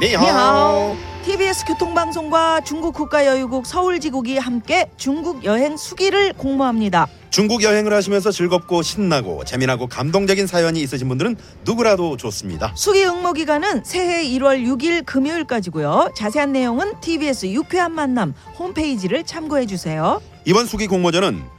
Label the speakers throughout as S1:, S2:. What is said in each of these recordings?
S1: 니하오.
S2: TBS 교통방송과 중국 국가여유국 서울지국이 함께 중국 여행 수기를 공모합니다.
S1: 중국 여행을 하시면서 즐겁고 신나고 재미나고 감동적인 사연이 있으신 분들은 누구라도 좋습니다.
S2: 수기 응모 기간은 새해 1월 6일 금요일까지고요. 자세한 내용은 TBS 유쾌한 만남 홈페이지를 참고해 주세요.
S1: 이번 수기 공모전은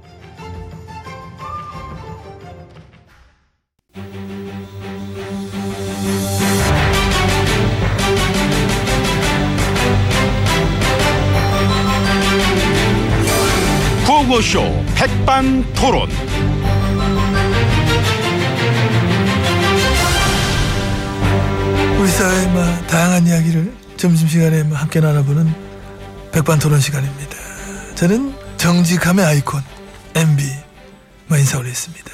S3: 구호쇼 백반토론.
S4: 우리 사회의 막 다양한 이야기를 점심시간에 막 함께 나눠보는 백반토론 시간입니다. 저는 정직함의 아이콘 MB 뭐 인사 올렸습니다.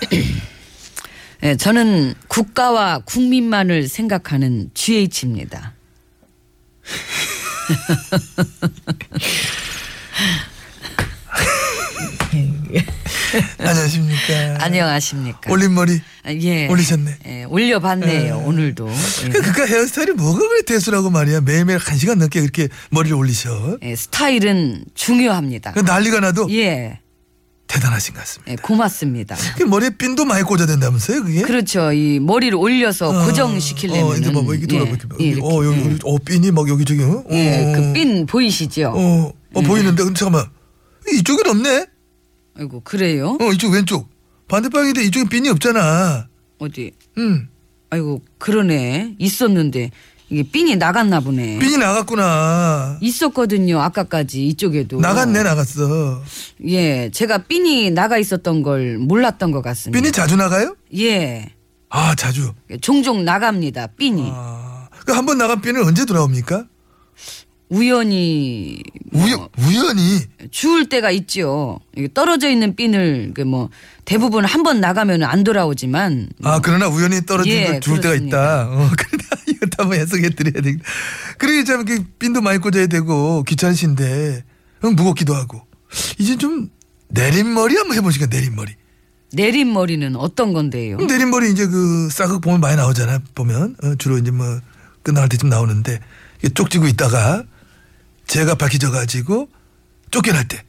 S5: 예, 저는 국가와 국민만을 생각하는 GH입니다.
S4: 안녕하십니까?
S5: 안녕하십니까?
S4: 올린머리
S5: 아, 예.
S4: 올리셨네.
S5: 예, 올려봤네요, 오늘도. 예.
S4: 그 그까 헤어스타일이 뭐가 그래 대수라고 말이야. 매일매일 한 시간 넘게 이렇게 머리를 올리셔.
S5: 예, 예, 스타일은 중요합니다.
S4: 그 난리가 나도
S5: 예,
S4: 대단하신 것 같습니다.
S5: 예, 고맙습니다.
S4: 그 머리에 핀도 많이 꽂아야 된다면서요 그게?
S5: 그렇죠. 이 머리를 올려서 고정시키려면.
S4: 예? 어, 이렇게 봐봐. 이렇게 돌아봐. 이렇게 봐.
S5: 예,
S4: 어, 여기, 여기, 어, 핀이 막 여기저기. 어? 어,
S5: 예,
S4: 어.
S5: 그핀 보이시죠?
S4: 어, 어 보이는데 근데 잠깐만 이쪽엔 없네.
S5: 아이고, 그래요?
S4: 어 이쪽 왼쪽 반대방인데 이쪽엔 빈이 없잖아.
S5: 어디?
S4: 음
S5: 아이고, 그러네. 있었는데. 이게 핀이 나갔나 보네.
S4: 빈이 나갔구나.
S5: 있었거든요, 아까까지 이쪽에도.
S4: 나갔네 나갔어.
S5: 예, 제가 삔이 나가 있었던 걸 몰랐던 것 같습니다.
S4: 빈이 자주 나가요?
S5: 예,
S4: 아 자주.
S5: 종종 나갑니다. 삔이
S4: 아, 그 한 번 나간 빈은 언제 돌아옵니까?
S5: 우연히
S4: 우연 우연히.
S5: 주울 때가 있죠. 이게 떨어져 있는 삔을 그 뭐 대부분 한 번 나가면 안 돌아오지만
S4: 아 그러나 우연히 떨어진
S5: 예,
S4: 걸 죽을 때가 있다. 어 그러다 이것도 한번 해석해 드려야 되겠다. 그러게 참 이렇게 빈도 많이 꽂아야 되고 귀찮으신데 응, 무겁기도 하고 이제 좀 내린머리 한번 해보시까 내린머리.
S5: 내린 머리는 어떤 건데요?
S4: 음, 내린머리 이제 그 싸극 보면 많이 나오잖아 보면 어, 주로 이제 뭐 끝나갈 때쯤 나오는데 이게 쪽지고 있다가 제가 밝혀져 가지고 쫓겨날 때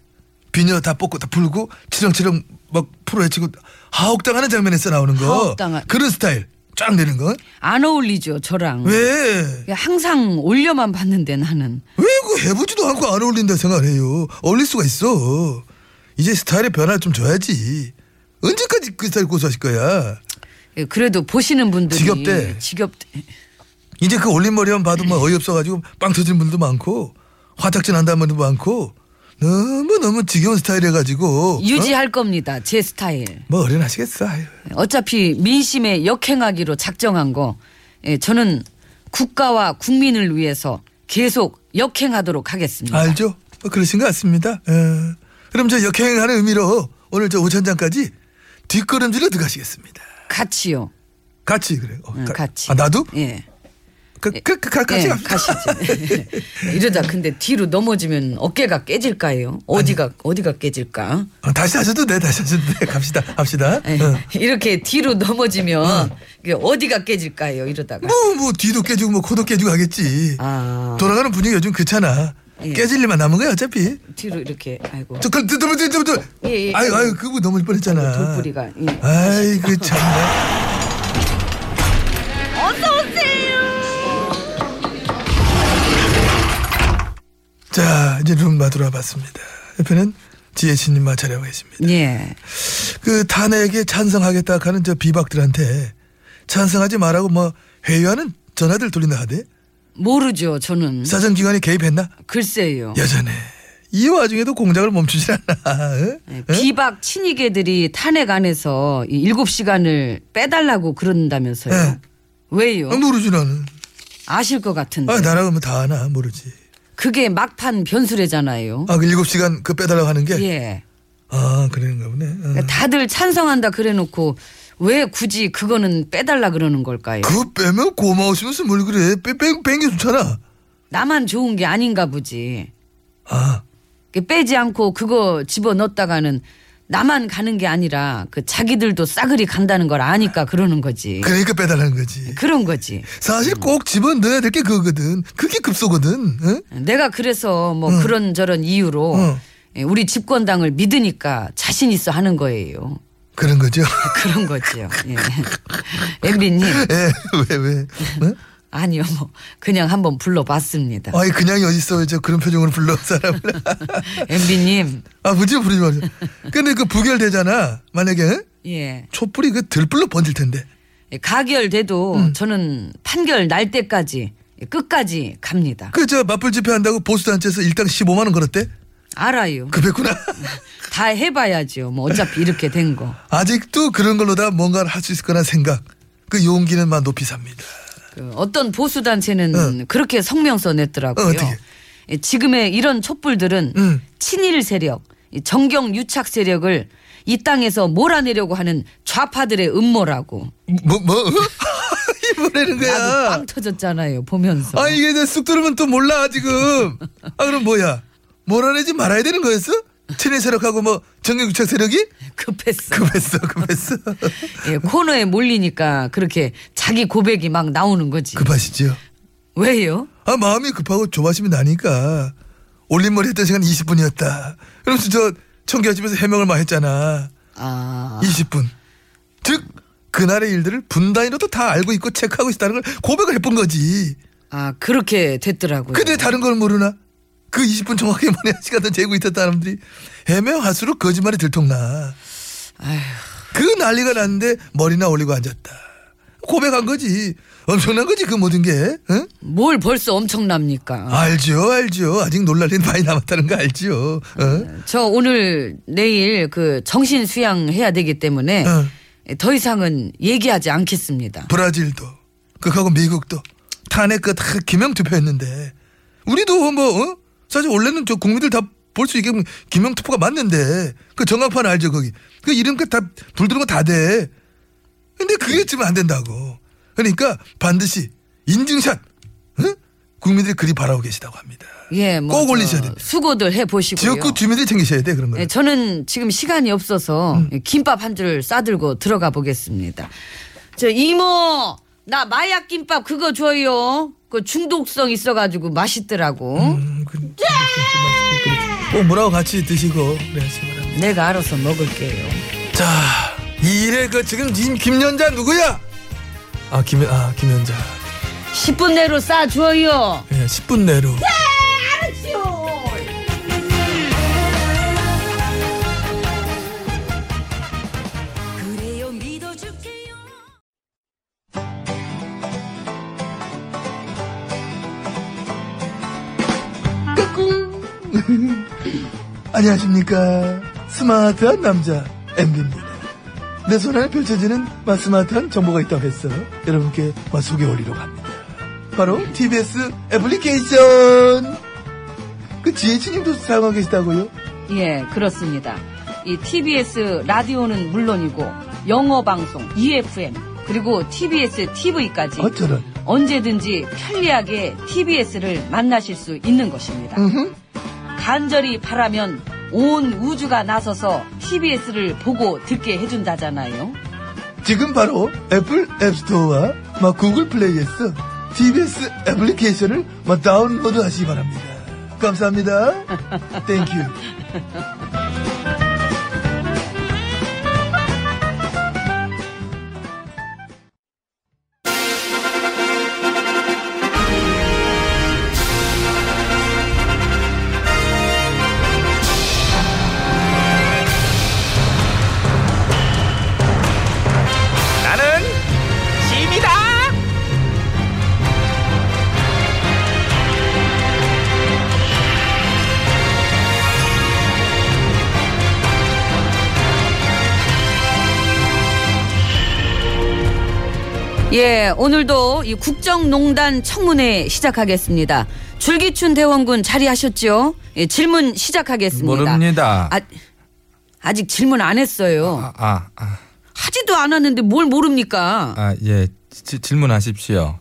S4: 비녀 다 뽑고 다 풀고 치렁치렁 막 풀어헤치고 하옥당하는 장면에서 나오는 거
S5: 하옥당하- 음.
S4: 그런 스타일 쫙 내는 건
S5: 안 어울리죠, 저랑.
S4: 왜?
S5: 항상 올려만 봤는데 나는
S4: 왜 그거 해보지도 않고 안 어울린다 생각해요. 어울릴 수가 있어. 이제 스타일의 변화를 좀 줘야지. 언제까지 그 스타일 고수하실 거야?
S5: 예, 그래도 보시는 분들이
S4: 지겹대.
S5: 지겹대.
S4: 이제 그 올림머리만 봐도 막 어이없어가지고 빵 터지는 분도 많고 화딱지 난다는 분도 많고 너무 너무 지겨운 스타일해가지고 어?
S5: 유지할 겁니다, 제 스타일.
S4: 뭐 어련하시겠어. 아유.
S5: 어차피 민심에 역행하기로 작정한 거 예, 저는 국가와 국민을 위해서 계속 역행하도록 하겠습니다.
S4: 알죠? 뭐 그러신 것 같습니다. 예. 그럼 저 역행하는 의미로 오늘 저 오천장까지 뒷걸음질로 들어가시겠습니다.
S5: 같이요.
S4: 같이 그래. 어,
S5: 응,
S4: 가-
S5: 같이.
S4: 아 나도?
S5: 예.
S4: 그, 그, 그, 가- 같이
S5: 예,
S4: 갑시다.
S5: 가시죠. 이러다 근데 뒤로 넘어지면 어깨가 깨질까요? 어디가 어디가 깨질까?
S4: 어, 다시 하셔도 돼. 다시 하셔도 돼. 갑시다. 갑시다.
S5: 예,
S4: 어.
S5: 이렇게 뒤로 넘어지면 이게 어디가 깨질까요? 이러다가
S4: 뭐, 뭐 뒤도 깨지고 뭐 코도 깨지고 하겠지.
S5: 아.
S4: 돌아가는 분위기 요즘 그렇잖아.
S5: 예.
S4: 깨질 일만 남은 거야 어차피.
S5: 뒤로 이렇게 아이고
S4: 저, 그, 저, 저, 저, 저, 저.
S5: 예, 예.
S4: 아유, 아유, 그거 넘을 뻔했잖아.
S5: 돌뿌리가, 예.
S4: 아이, 그 참. 어서 오세요. 자, 이제 룸마 돌아봤습니다. 옆에는 지혜씨님만 자리하고 계십니다.
S5: 예.
S4: 그 탄핵에 찬성하겠다 하는 저 비박들한테 찬성하지 말라고 뭐 회유하는 전화들 돌린다 하대.
S5: 모르죠. 저는
S4: 사정기관이 개입했나?
S5: 어. 글쎄요.
S4: 여전해. 이 와중에도 공작을 멈추질 않아. 어? 응?
S5: 예,
S4: 응?
S5: 비박 친이계들이 탄핵 안에서 이 일곱 시간을 빼달라고 그런다면서요.
S4: 네.
S5: 왜요?
S4: 아, 모르지 나는.
S5: 아실 것 같은데.
S4: 아 나라 가면 다 아나 모르지.
S5: 그게 막판 변수래잖아요.
S4: 아그 일곱 시간 그 빼달라고 하는 게.
S5: 예.
S4: 아 그런가 보네. 어.
S5: 다들 찬성한다 그래놓고 왜 굳이 그거는 빼달라 그러는 걸까요?
S4: 그거 빼면 고마우시면서 뭘 그래? 뺀게 좋잖아.
S5: 나만 좋은 게 아닌가 보지.
S4: 아
S5: 그 빼지 않고 그거 집어 넣었다가는 나만 가는 게 아니라 그 자기들도 싸그리 간다는 걸 아니까 그러는 거지.
S4: 그러니까 빼달라는 거지.
S5: 그런 거지.
S4: 사실 꼭 집어 넣어야 될 게 그거거든. 그게 급소거든. 응?
S5: 내가 그래서 뭐 그런 저런 이유로
S4: 응.
S5: 예, 우리 집권당을 믿으니까 자신 있어 하는 거예요.
S4: 그런 거죠.
S5: 그런 거지요. 예. 엠비님
S4: 예, 왜 왜? 응?
S5: 아니요 뭐 그냥 한번 불러봤습니다.
S4: 아이 그냥이 어딨어 이제 그런 표정으로 불러 사람을.
S5: 엠비님
S4: 아 무지 부르지 마세요. 근데 그 부결되잖아. 만약에 응?
S5: 예
S4: 촛불이 그 들불로 번질 텐데.
S5: 가결돼도 저는 판결 날 때까지 끝까지 갑니다.
S4: 그 저 맞불 집회 한다고 보수 단체에서 일당 15만 원 걸었대.
S5: 알아요.
S4: 급했구나.
S5: 다 해봐야지요. 뭐 어차피 이렇게 된 거.
S4: 아직도 그런 걸로다 뭔가를 할 수 있을 거란 생각. 그 용기는 막 높이 삽니다.
S5: 그 어떤 보수 단체는
S4: 응.
S5: 그렇게 성명 써냈더라고요.
S4: 어, 어떻게?
S5: 예, 지금의 이런 촛불들은
S4: 응.
S5: 친일 세력, 이 정경 유착 세력을 이 땅에서 몰아내려고 하는 좌파들의 음모라고.
S4: 뭐 뭐? 이번에는
S5: 나도
S4: 거야.
S5: 빵 터졌잖아요. 보면서.
S4: 아 이게 내쑥 들으면 또 몰라 지금. 아 그럼 뭐야? 몰아내지 말아야 되는 거였어? 친일 세력하고 뭐 정경유착 세력이?
S5: 급했어.
S4: 급했어, 급했어.
S5: 예, 코너에 몰리니까 그렇게 자기 고백이 막 나오는 거지.
S4: 그 급하시죠?
S5: 왜요?
S4: 아 마음이 급하고 조바심이 나니까 올림머리 했던 시간 20분이었다. 그러면서 저 청계집에서 해명을 많이 했잖아.
S5: 아,
S4: 20분. 즉 그날의 일들을 분 단위로도 다 알고 있고 체크하고 있다는 걸 고백을 해본 거지.
S5: 아 그렇게 됐더라고요.
S4: 근데 다른 걸 모르나? 그 20분 정확히 뭐냐 시간을 재고 있던 사람들이 해명할수록 거짓말이 들통나.
S5: 아휴.
S4: 그 난리가 났는데 머리나 올리고 앉았다. 고백한 거지. 엄청난 거지 그 모든 게. 응?
S5: 뭘 벌써 엄청납니까?
S4: 알죠, 알죠. 아직 놀랄 일 많이 남았다는 거 알죠. 어?
S5: 저 오늘 내일 그 정신 수양 해야 되기 때문에
S4: 어.
S5: 더 이상은 얘기하지 않겠습니다.
S4: 브라질도 그하고 미국도 탄핵 그다 기명 투표했는데 우리도 뭐 어? 사실 원래는 저 국민들 다 볼 수 있게 뭐 기명 투표가 맞는데 그 정확판 알죠 거기 그 이름값 다 불드는 거 다 돼 근데 그게 지금 안 된다고 그러니까 반드시 인증샷 어? 국민들이 그리 바라고 계시다고 합니다
S5: 예, 뭐
S4: 꼭
S5: 저
S4: 올리셔야 됩니다.
S5: 수고들 해 보시고요.
S4: 지역구 그 주민들이 챙기셔야 돼 그런 거
S5: 예, 저는 지금 시간이 없어서
S4: 음.
S5: 김밥 한 줄 싸들고 들어가 보겠습니다. 저 이모 나 마약 김밥 그거 줘요. 그 중독성 있어가지고 맛있더라고.
S4: 음, 그, 그, 그, 그, 그, 꼭 뭐라고 같이 드시고 그래야지 말합니다.
S5: 내가 알아서 먹을게요.
S4: 자, 이 일에 그 지금 임 김연자 누구야? 아, 김, 아, 김연자.
S5: 10분 내로 싸 줘요.
S4: 예, 10분 내로.
S5: 예, 그래요 믿어줄게요.
S4: 안녕하십니까. 스마트한 남자, MB입니다. 내 손안에 펼쳐지는 마 스마트한 정보가 있다고 해서 여러분께 마 소개 올리려고 합니다. 바로 TBS 애플리케이션. 그 지혜진님도 사용하고 계시다고요?
S5: 예, 그렇습니다. 이 TBS 라디오는 물론이고 영어 방송, EFM, 그리고 TBS TV까지
S4: 어쩌면.
S5: 언제든지 편리하게 TBS를 만나실 수 있는 것입니다.
S4: 음흠.
S5: 간절히 바라면 온 우주가 나서서 TBS를 보고 듣게 해준다잖아요.
S4: 지금 바로 애플 앱스토어와 막 구글 플레이에서 TBS 애플리케이션을 막 다운로드 하시기 바랍니다. 감사합니다. 땡큐.
S3: 나는 짐이다.
S5: 예, 오늘도 이 국정농단 청문회 시작하겠습니다. 줄기춘 대원군 자리하셨죠? 예, 질문 시작하겠습니다.
S6: 모릅니다.
S5: 아, 아직 질문 안 했어요.
S6: 아, 아, 아,
S5: 하지도 않았는데 뭘 모릅니까?
S6: 아, 예. 지- 질문하십시오.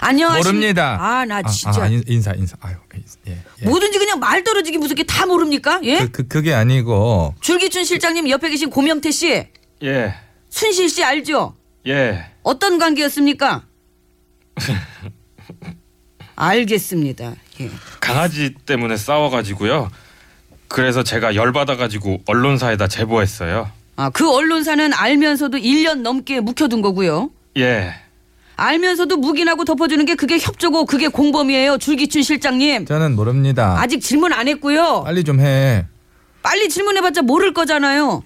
S5: 안녕하십니까?
S6: 모릅니다.
S5: 아, 나 진짜.
S6: 아, 인- 인사, 인사. 아유, 인사. 예. 예.
S5: 뭐든지 그냥 말 떨어지기 무섭게 다 모릅니까? 예?
S6: 그, 그, 그게 아니고,
S5: 줄기춘 실장님 옆에 계신 고명태 씨,
S7: 예,
S5: 순실 씨 알죠?
S7: 예.
S5: 어떤 관계였습니까? 알겠습니다. 예.
S7: 강아지 때문에 싸워가지고요. 그래서 제가 열받아가지고 언론사에다 제보했어요.
S5: 아, 그 언론사는 알면서도 1년 넘게 묵혀둔 거고요.
S7: 예,
S5: 알면서도 묵인하고 덮어주는 게 그게 협조고 그게 공범이에요. 줄기춘 실장님.
S6: 저는 모릅니다.
S5: 아직 질문 안 했고요.
S6: 빨리 좀 해.
S5: 빨리 질문해봤자 모를 거잖아요.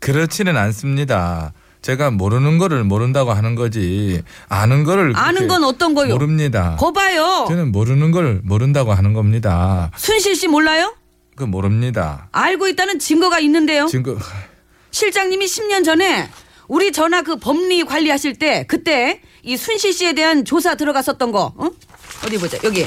S6: 그렇지는 않습니다. 제가 모르는 거를 모른다고 하는 거지, 아는 거를.
S5: 아는
S6: 그렇게
S5: 건 어떤 거요?
S6: 모릅니다.
S5: 거봐요.
S6: 저는 모르는 걸 모른다고 하는 겁니다.
S5: 순실 씨 몰라요?
S6: 그 모릅니다.
S5: 알고 있다는 증거가 있는데요.
S6: 지금 그,
S5: 실장님이 10년 전에 우리 전화 그 법리 관리하실 때 그때 이 순실 씨에 대한 조사 들어갔었던 거 어? 어디 보자 여기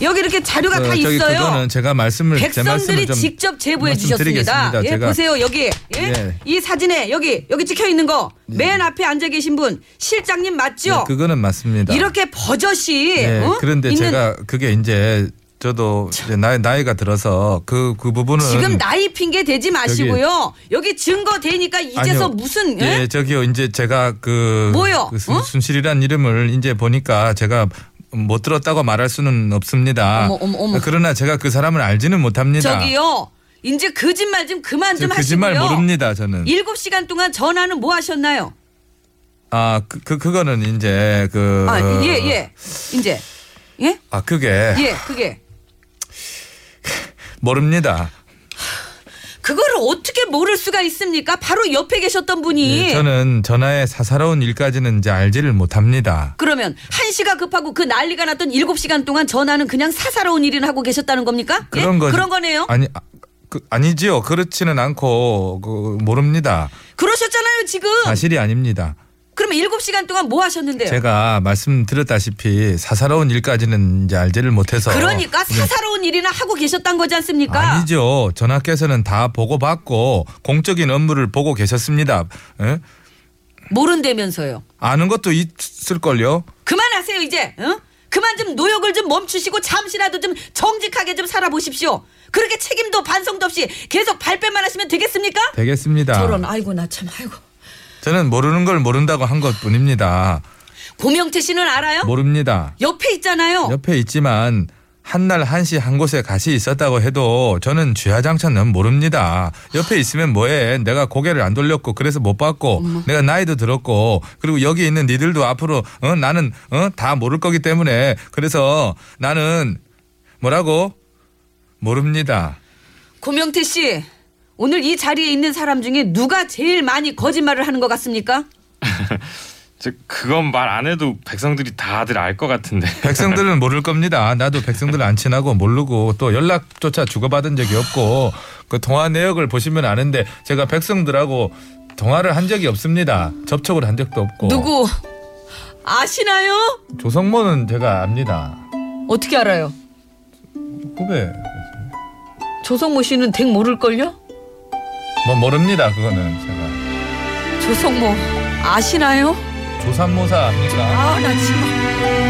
S5: 여기 이렇게 자료가 다
S6: 저기
S5: 있어요.
S6: 그거는 제가 말씀을 제 말씀을
S5: 백성들이
S6: 좀
S5: 직접 제보해 주셨습니다.
S6: 말씀드리겠습니다.
S5: 예,
S6: 제가
S5: 보세요 여기 예?
S6: 예.
S5: 이 사진에 여기 여기 찍혀 있는 거 맨 앞에 앉아 계신 분 실장님 맞죠?
S6: 예, 네. 그거는 맞습니다.
S5: 이렇게 버젓이
S6: 예,
S5: 어?
S6: 그런데
S5: 있는
S6: 제가 그게 이제 저도 이제 나이 나이가 들어서 그 그 부분은
S5: 지금 나이 핑계 대지 마시고요. 여기 증거 되니까 이제서
S6: 아니요.
S5: 무슨 예?
S6: 예, 저기요 이제 제가 그
S5: 뭐요?
S6: 그 순,
S5: 어?
S6: 순실이란 이름을 이제 보니까 제가 못 들었다고 말할 수는 없습니다.
S5: 어머, 어머, 어머.
S6: 그러나 제가 그 사람을 알지는 못합니다.
S5: 저기요. 이제 거짓말 좀 그만
S6: 저
S5: 좀
S6: 예, 거짓말
S5: 하시고요.
S6: 모릅니다 저는.
S5: 일곱 시간 동안 전화는 뭐 하셨나요?
S6: 아, 그, 그 그거는 이제 그
S5: 아, 예, 예. 이제. 예?
S6: 아, 그게
S5: 예, 그게.
S6: 모릅니다.
S5: 그거를 어떻게 모를 수가 있습니까? 바로 옆에 계셨던 분이.
S6: 예, 저는 전화의 사사로운 일까지는 이제 알지를 못합니다.
S5: 그러면 한시가 급하고 그 난리가 났던 일곱 시간 동안 전화는 그냥 사사로운 일을 하고 계셨다는 겁니까? 예?
S6: 그런 거
S5: 그런 거네요.
S6: 아니 아, 그, 아니지요. 그렇지는 않고 그, 모릅니다.
S5: 그러셨잖아요, 지금.
S6: 사실이 아닙니다.
S5: 그러면 일곱 시간 동안 뭐 하셨는데요?
S6: 제가 말씀드렸다시피 사사로운 일까지는 이제 알지를 못해서
S5: 그러니까 사사로운 일이나 하고 계셨단 거지 않습니까?
S6: 아니죠. 전하께서는 다 보고받고 공적인 업무를 보고 계셨습니다. 예?
S5: 모른다면서요.
S6: 아는 것도 있을걸요.
S5: 그만하세요 이제. 응? 그만 좀 노역을 좀 멈추시고 잠시라도 좀 정직하게 좀 살아보십시오. 그렇게 책임도 반성도 없이 계속 발뺌만 하시면 되겠습니까?
S6: 되겠습니다.
S5: 저런 아이고 나 참 아이고.
S6: 저는 모르는 걸 모른다고 한 것뿐입니다.
S5: 고명태 씨는 알아요?
S6: 모릅니다.
S5: 뭐? 옆에 있잖아요.
S6: 옆에 있지만 한날 한시 한 곳에 가시 있었다고 해도 저는 쥐하장천은 모릅니다. 옆에 있으면 뭐해? 내가 고개를 안 돌렸고 그래서 못 봤고 내가 나이도 들었고 그리고 여기 있는 니들도 앞으로 어? 나는 어? 다 모를 거기 때문에 그래서 나는 뭐라고 모릅니다.
S5: 고명태 씨 오늘 이 자리에 있는 사람 중에 누가 제일 많이 거짓말을 하는 것 같습니까?
S7: 저 그건 말 안 해도 백성들이 다들 알 것 같은데.
S6: 백성들은 모를 겁니다. 나도 백성들 안 친하고 모르고 또 연락조차 주고받은 적이 없고 그 통화 내역을 보시면 아는데 제가 백성들하고 통화를 한 적이 없습니다. 접촉을 한 적도 없고
S5: 누구 아시나요?
S6: 조성모는 제가 압니다.
S5: 어떻게 알아요?
S6: 후배
S5: 조성모 씨는 댁 모를걸요?
S6: 뭐 모릅니다. 그거는 제가
S5: 조성모 아시나요?
S6: 조삼모사 합니까?
S5: 아 나 지금